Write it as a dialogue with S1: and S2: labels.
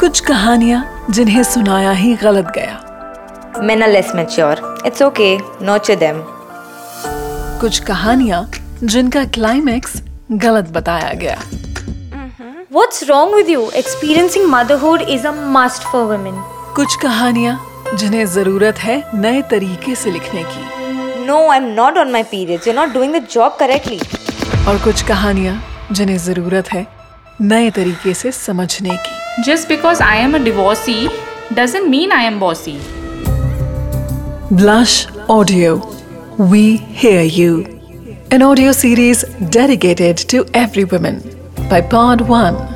S1: कुछ कहानियाँ जिन्हें सुनाया ही गलत गया
S2: Men are less mature. It's okay, nurture them.
S1: कुछ कहानियाँ जिनका क्लाइमैक्स गलत बताया गया
S3: Mm-hmm. What's wrong with you? Experiencing motherhood is a must for women.
S1: कुछ कहानियाँ जिन्हें जरूरत है नए तरीके से लिखने की
S2: No, I'm not on my periods. You're not doing the job correctly.
S1: और कुछ कहानियाँ जिन्हें जरूरत है नए तरीके से समझने की
S4: Just because I am a divorcee doesn't mean I am bossy.
S1: Blush Audio. We hear you. An audio series dedicated to every woman by Pod One.